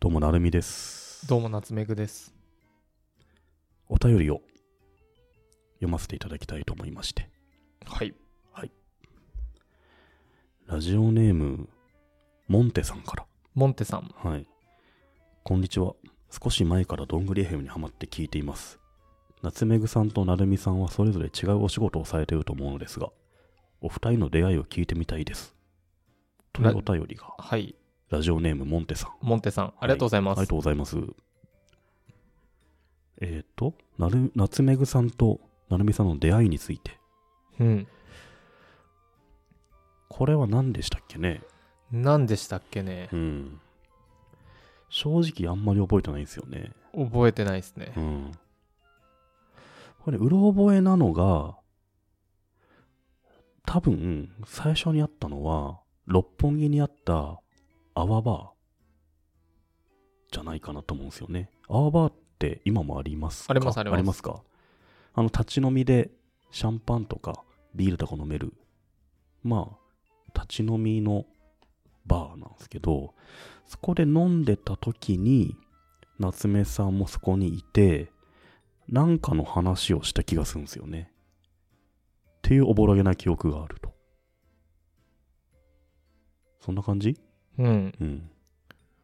どうもなるみです。どうも夏目ぐです。お便りを読ませていただきたいと思いまして。はい。ラジオネーム、モンテさんから。モンテさん。はい。こんにちは。少し前からどんぐり FM にハマって聞いています。夏目ぐさんとなるみさんはそれぞれ違うお仕事をされていると思うのですが、お二人の出会いを聞いてみたいです。というお便りが、はい。ラジオネームモンテさん。モンテさん。ありがとうございます。ありがとうございます。えっ、と、なる、夏目ぐさんとなるみさんの出会いについて。うん。これは何でしたっけね何でしたっけねう。ん。正直あんまり覚えてないんですよね。覚えてないですねう。ん。これ、うろ覚えなのが、多分、最初にあったのは、六本木にあった、アワバーじゃないかなと思うんですよね。アワバーって今もありますかありますありますありますかあの、立ち飲みで、シャンパンとか、ビールとか飲める、まあ、立ち飲みのバーなんですけど、そこで飲んでた時に、夏目さんもそこにいて、なんかの話をした気がするんですよね。っていうおぼろげな記憶があると。そんな感じうん。うん。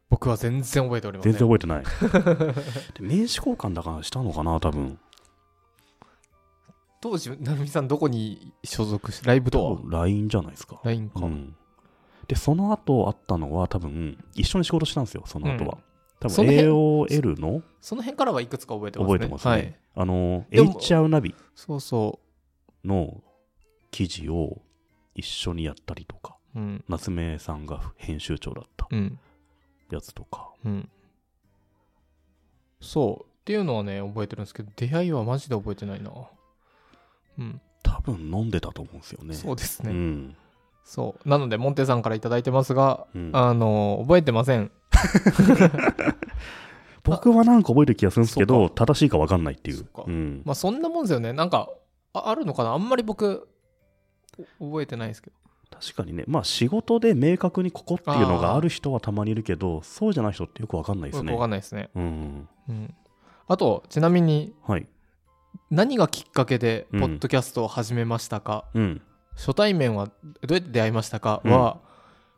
僕は全然覚えておりません。全然覚えてない。で名刺交換だからしたのかな、多分。当時、なるみさんどこに所属し、ライブ多とは分 LINE じゃないですか。 ?LINE か。うん。で、その後あったのは、多分、一緒に仕事したんですよ、その後は。多その辺分、AOL の、その辺からはいくつか覚えてますね。覚えてますね。はい。あの、でも HR ナビそうその記事を一緒にやったりとか、う。うん。夏目さんが編集長だったうん。やつとか。うん。そう。っていうのはね、覚えてるんですけど、出会いはマジで覚えてないな。うん。多分飲んでたと思うんですよね。そうですうね。ん。そう。なので、モンテさんからいただいてますが、うんあの、覚えてません。僕はなんか覚えてる気がするんですけそど、う正しいか分かんないっていそううか。うんまあそんなもんですよね。なんか、ああるのかなあんまり僕、お覚えてないですけど。確かにね、まあ仕事で明確にここっていうのがある人はたまにいるけど、そうじゃない人ってよく分かんないですよくねわ。かんないですね。うん。うん。あと、ちなみに、はい。何がきっかけで、うポんッドキャストを始めましたか、うん。初対面はどうやって出会いましたかは、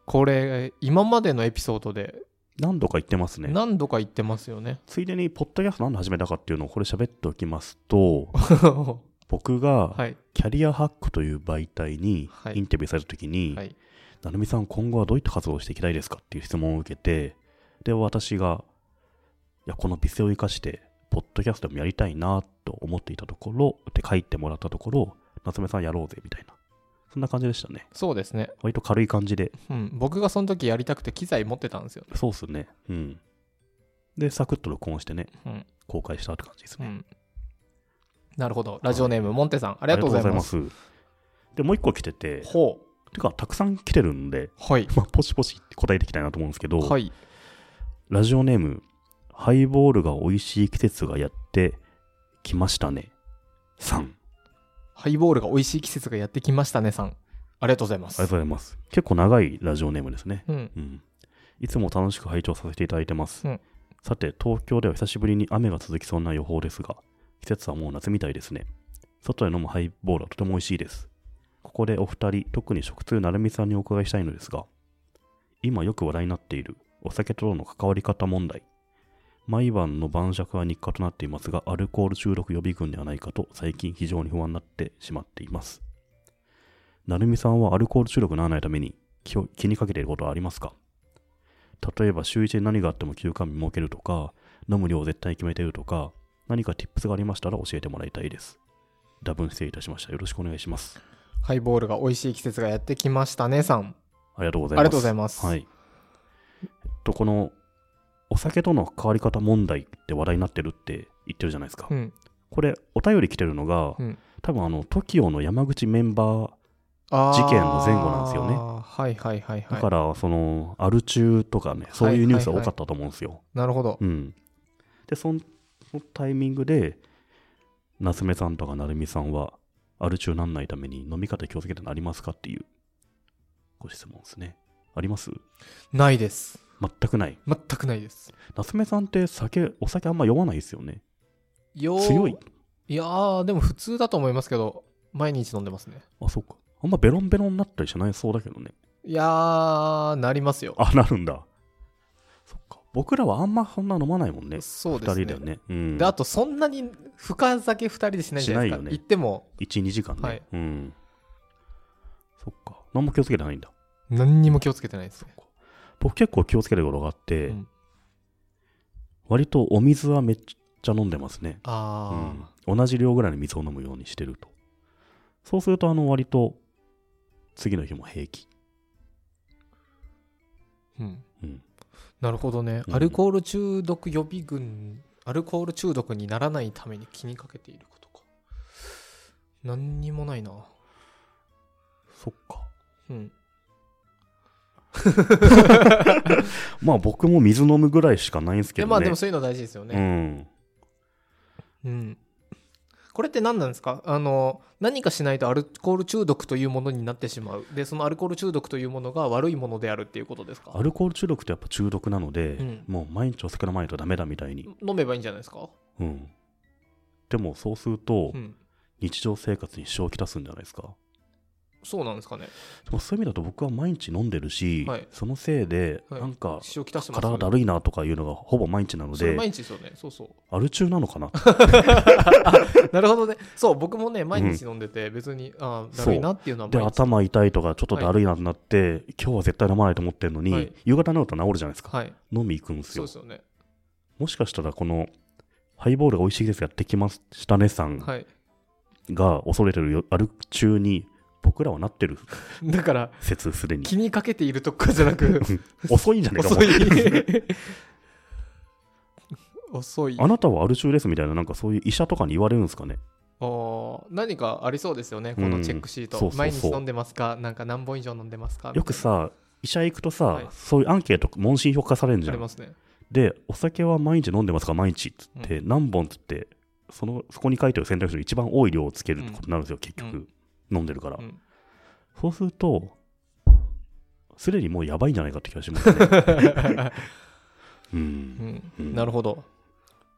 これ、今までのエピソードで何度か言ってますね。何度か言ってます よね。ついでに、ポッドキャスト何で始めたかっていうのをこれ喋っておきます と、は僕がい。キャリアハックという媒体にはいインタビューされたときに、はい。なるみさん、今後はどういった活動をしていきたいですかっていう質問を受けて、で、私が、いや、この美声を生かして、ポッドキャストもやりたいなと思っていたところ、って書いてもらったところ、夏目さんやろうぜ、みたいな。そんな感じでしたね。そうですね。割と軽い感じで。うん。僕がその時やりたくて機材持ってたんですよ。そうっすね。うん。で、サクッと録音してね、うん公開したって感じですうね。ん。なるほど。ラジオネーム、モンテさん、ありがとうございます。ありがとうございます。で、もう一個来てて、ほてか、たくさん来てるんで、う。はい。まあ、ポシポシって答えていきたいなと思うんですけど、はい。ラジオネーム、ハイボールが美味しい季節がやってきましたね。さん。ありハイボールが美味しい季節がやってきましたねさん。ありがとうございまがとうす。ございます。結構長いラジオネームですね。うん。うん。いつも楽しく拝聴させていただいてます。うんさて、東京では久しぶりに雨が続きそうな予報ですが、季節はもう夏みたいですね。外で飲むハイボールはとても美味しいです。ここでお二人、特に食通なるみさんにお伺いしたいのですが、今よく話題になっているお酒との関わり方問題。毎晩の晩酌は日課となっていますが、アルコール中毒予備軍ではないかと最近非常に不安になってしまっています。なるみさんはアルコール中毒にならないために気を気にかけていることはありますか例えば週1で何があっても休館日設けるとか、飲む量を絶対に決めてるとか、何か tips がありましたら教えてもらいたいです。多分失礼いたしました。よろしくお願いします。ハイボールが美味しい季節がやってきましたねさん。ありがとうごあざいります。がとうございます。はい。えっと、この、お酒との関わり方問題って話題になってるって言ってるじゃないですか。うん。これ、お便り来てるのが、うん多分あの、TOKIO の山口メンバー、あー事件の前後なんですよねはいはいはいだはい。から、その、アル中とかね、そういうニュースが多かったと思うんですよ。なるほど。うん。で、そのそのタイミングで、夏目さんとか成美さんは、アル中なんないために飲み方気をつけてなりますかっていうご質問ですね。ありますないです。全くない。全くないです夏目さんって酒、お酒あんま酔わないですよね。よー強い。いやーでも普通だと思いますけど毎日飲んでますねあ、そうか。あんまベロンベロンになったりしないそうだけどね。いやーなりますよあ、なるんだ。そっか。僕らはあんまそんな飲まないもんね。そう二で人だすねよね。うん。であとそんなに深酒2人でしないじゃないでしすか、ないよね行っても1、2時間ね。はいうん。そっか。何も気をつけてないんだ。何にも気をつけてないですね僕結構気をつけることがあって、うん割とお水はめっちゃ飲んでますね。うあん同じ量ぐらいの水を飲むようにしてると。そうすると、あの、割と、次の日も平気。ー、うんうん。なるほどね、うんアルコール中毒予備軍アルコール中毒にならないために気にかけていることか何にもないなそっか。うんまあ僕も水飲むぐらいしかないんですけどでね。まあでもそういうの大事ですようねん。うん、これって何なんですかあの何かしないとアルコール中毒というものになってしまうでそのアルコール中毒というものが悪いものであるっていうことですかアルコール中毒ってやっぱ中毒なので、うんもう毎日お酒飲まないとダメだみたいに。飲めばいいんじゃないですか、うん。でもそうするとう、ん、日常生活に支障をきたすんじゃないですか。そうなんですかねでもそういう意味だと僕は毎日飲んでるし、はいそのせいで、はいなんか塩きたしてます体だるいなとかいうのがほぼ毎日なのそれで、毎日ですよねそうそうアル中なのか ななるほどね。そう、僕もね、毎日飲んでて、別に、ああ、だるいなっていうのはで、毎日。頭痛いとかちょっとだるいなってなって、今日は絶対飲まないと思ってるのに、はい夕方になると治るじゃないですか。はい。飲み行くんですそうよで。すよね。もしかしたらこの、ハイボールが美味しいですやってきましたねさんはい。が恐れてるよアル中に僕らはなってる だから、説すでに気にかけているとかじ ゃなく、遅いんじゃねえかもう遅い。 遅い。あなたはアル中ですみたいななんかそういう医者とかに言われるんですかねおー何かありそうですよね、このチェックシーうんそうそうそト。う毎日飲んでますかなんか何本以上飲んでますかよくさ医者行くとさ、はいそういうアンケート問診評価されるみじたゃいなありんますね。でお酒は毎日飲んでますか毎日っつって、何本っつってそのそこに書いてある選択肢の一番多い量をつけるってことになるんですよ、結局、飲んでるから、うんそうするとすでにもうやばいんじゃないかって気がしますね ううんんうんなるほど。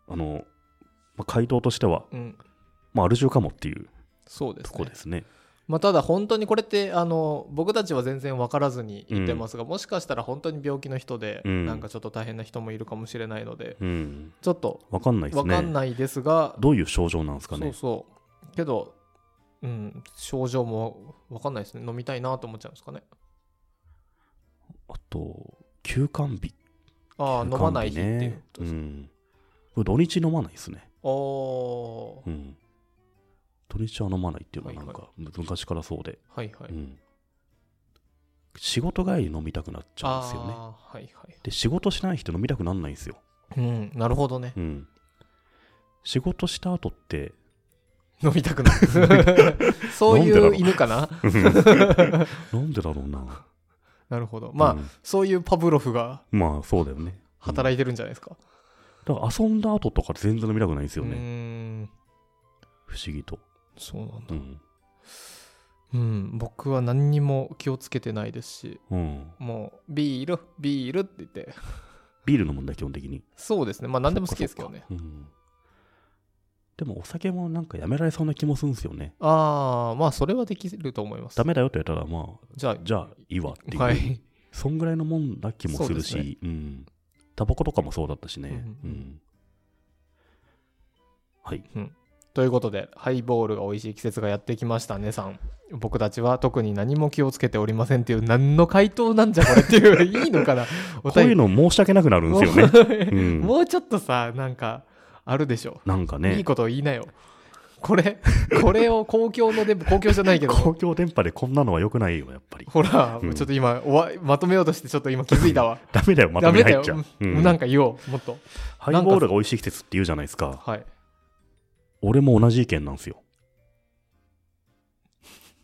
あの、まあ、回答としてはうん。まあ、アル中かもっていうそうですとねこですね。まあ、ただ本当にこれってあの僕たちは全然分からずに言ってますが、もしかしたら本当に病気の人で、うんなんかちょっと大変な人もいるかもしれないのでうん。ちょっとわかんないです分ね。かんないですがどういう症状なんですかそうね。そうけど、うん、症状も分かんないですね飲みたいなと思っちゃうんですかねあと、休館日。ああ、飲休館日まない日っていうねことうです、ん。これ土日飲まないですね。おおーうん。土日は飲まないっていうのはなんはか昔からそうで、はいはい、うん。仕事帰り飲みたくなっちゃうんですよね。ああはいはいで、仕事しない人飲みたくなんないんですよ。うんなるほどねうん。仕事した後って、飲みたくなる そうい飲んでだろう犬かななんでだろうな。なるほど まあ、うんそういうパブロフがまあそうだよね。働いてるんじゃないですか、だから遊んだ後とか全然飲みたくないんですようーね。ん不思議と。そうなんだ、うん。うん、僕は何にも気をつけてないですしうん。もうビールビールって言ってビール飲むんだ、基本的に。そうですねまあ何でも好きですけどねうん。でもお酒もなんかやめられそうな気もするんですよね。ああまあそれはできると思いますダメだよって言ったら、まあ、じゃじゃあいいわっていう。あはいそんぐらいのもんな気もするし、そうでうん。タバコとかもそうだったしね。ううんん。うんはい。ということでハイボールが美味しい季節がやってきましたねさん僕たちは特に何も気をつけておりませんっていう何の回答なんじゃこれってい ういいのかなおこういう便りの申し訳なくなるんです よね。うん。もうちょっとさなんかあるでしょなんかいいね、ことを言いなよこれこれを公共ので公共じゃないけど公共電波でこんなのは良くないよ、やっぱり。ほら、うんちょっと今おわまとめようとしてちょっと今気づいたわダメだよ、まとめ入っちゃダメう。だうよんなんか言おうもっとハイボールが美味しい季節って言うじゃないですか。はい俺も同じ意見なんですよ。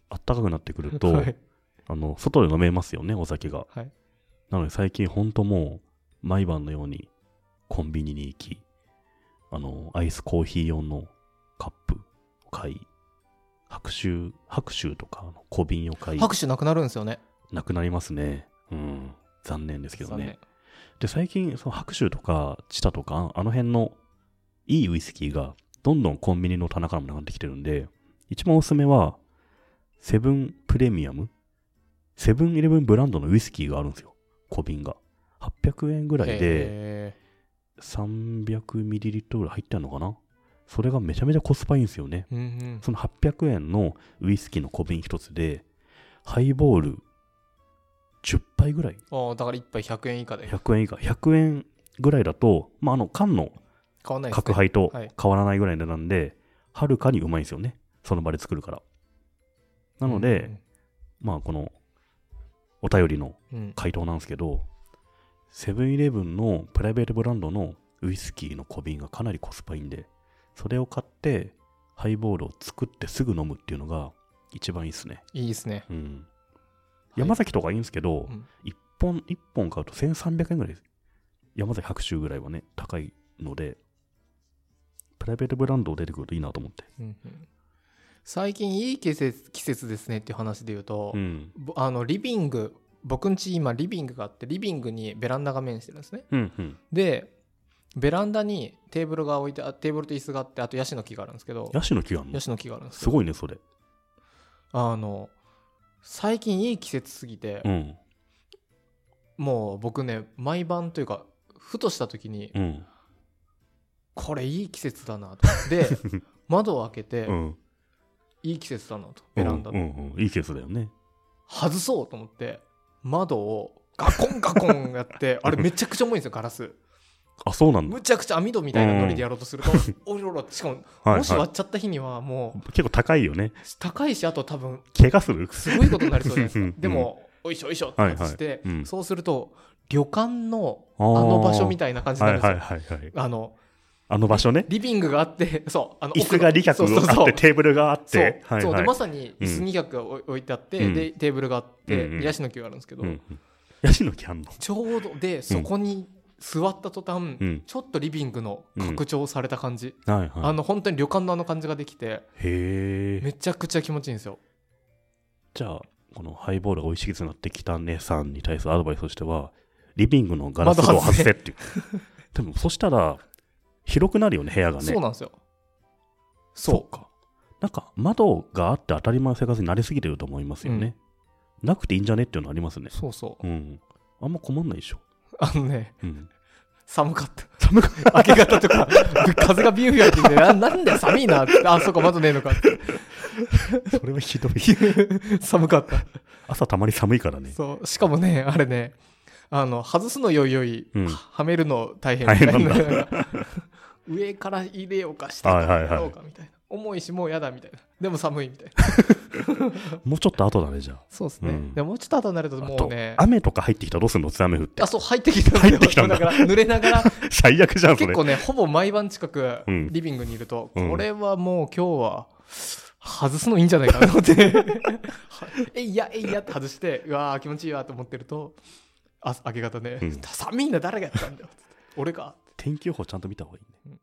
あったかくなってくると、 はいあの、外で飲めますよね、お酒が。はいなので最近ほんともう、毎晩のようにコンビニに行き、あの、アイスコーヒー用のカップを買い、白州、白州とかあの小瓶を買い、拍手なくなるんですよねなくなりますね。うん。残念ですけど残ね。念で、最近、その白州とかチタとか、あの辺のいいウイスキーが、どんどんコンビニの棚からも流れてきてるんで、一番おすすめは、セブンプレミアムセブンイレブンブランドのウイスキーがあるんですよ。小瓶が。800円ぐらいで、へ 300ml ぐらい入ってんのかなそれがめちゃめちゃコスパいいんですよね。ーうんうんその800円のウイスキーの小瓶一つで、ハイボール10杯ぐらいああだから1杯100円以下で ?100 円以下。100円ぐらいだと、まあ、あの缶の買わないです、ね、角杯とはい変わらないぐらいの値段で、はるかにうまいんですよね。その場で作るから。なので、まあこのお便りのうん、うん回答なんですけど、セブンイレブンのプライベートブランドのウイスキーの小瓶がかなりコスパいいんで、それを買って、ハイボールを作ってすぐ飲むっていうのが一番いいですね。いいですねうん。はい山崎とかいいんですけど、うん一本、一本買うと1300円ぐらいです。山崎白州ぐらいはね、高いので、プライベートブランド出てくるといいなと思って。うんうん最近いい季節季節ですねっていう話で言うと、うん。ぼあのリビング僕ん家今リビングがあってリビングにベランダが面してるんですねうん、うん。でベランダにテーブルが置いてあテーブルと椅子があってあとヤシの木があるんですけどヤシの木があるのヤシの木があるんですけすどごいね、それ。あの最近いい季節すぎてう、ん。もう僕ね毎晩というかふとした時に、うん。これいい季節だなと で窓を開けて、うん。いい季節だなとベランダの、うんうんうん、いいケースだよね。外そうと思って窓をガコンガコンやってあれめちゃくちゃ重いんですよガラスあ、そうなんだ。むちゃくちゃ網戸みたいなノリでやろうとすると、おろろしかもはいはいもし割っちゃった日にはもう結構高いよね。高いしあと多分怪我するすごいことになりそうじゃないですうんかでも、おいしょおいしょって外して、はいはいうんそうすると旅館のああの場所みたたいな感じにはなるいんですはよ、いはいはい。あのあの場所ね。リビングがあって そうあの椅子が2脚そうそうあっそうて、テーブルがあっそう,、て。はいそうはでいまさに椅子2脚が置いてあって、うんでテーブルがあって、うんうんヤシの木があるんですけど、うんうんヤシの木あんのちょうどでそこに座った途端、うん。ちょっとリビングの拡張された感じ、はいはあい。の本当に旅館のあの感じができてへえ。めちゃくちゃ気持ちいいんですよじゃあ、このハイボールが美味しくなってきた姉さんに対するアドバイスとしては、リビングのガラス戸を外せ っていう。でも、そしたら、広くなるよね、部屋がね。そうなんですよそか。なんか、窓があって当たり前の生活になりすぎてると思いますよね。なくていいんじゃねっていうのありますねう。そうそううん。あんま困んないでしょ。あのね うん。寒かった寒かった明け方とか 風がビュービューやってきてななんだよ寒いなってあそこ窓ねえのかってそれはひどい。寒かった朝たまに寒いからね。そうしかもねあれねあの外すのよいよい、うんはめるの大変みたいな大変 上から入れようか下から入れようかみたいな、重いしもうやだみたいなでも寒いみたいなもうちょっと後だね、じゃあ。そうですね、うんでももうちょっと後になるとあもうとね、雨とか入ってきたらどうすんの雨降ってあ。そう入ってきたんだ入ってきたんだだから濡れながら最悪じゃん、そ結れ。構ねほぼ毎晩近くうんリビングにいると、うんこれはもう今日は外すのいいんじゃないかなと思って えいやえいやって外してうわー気持ちいいわと思ってるとあ明け方ね、うん寒いんだ誰がやったんだよ俺か天気予報ちゃんと見た方がいいね。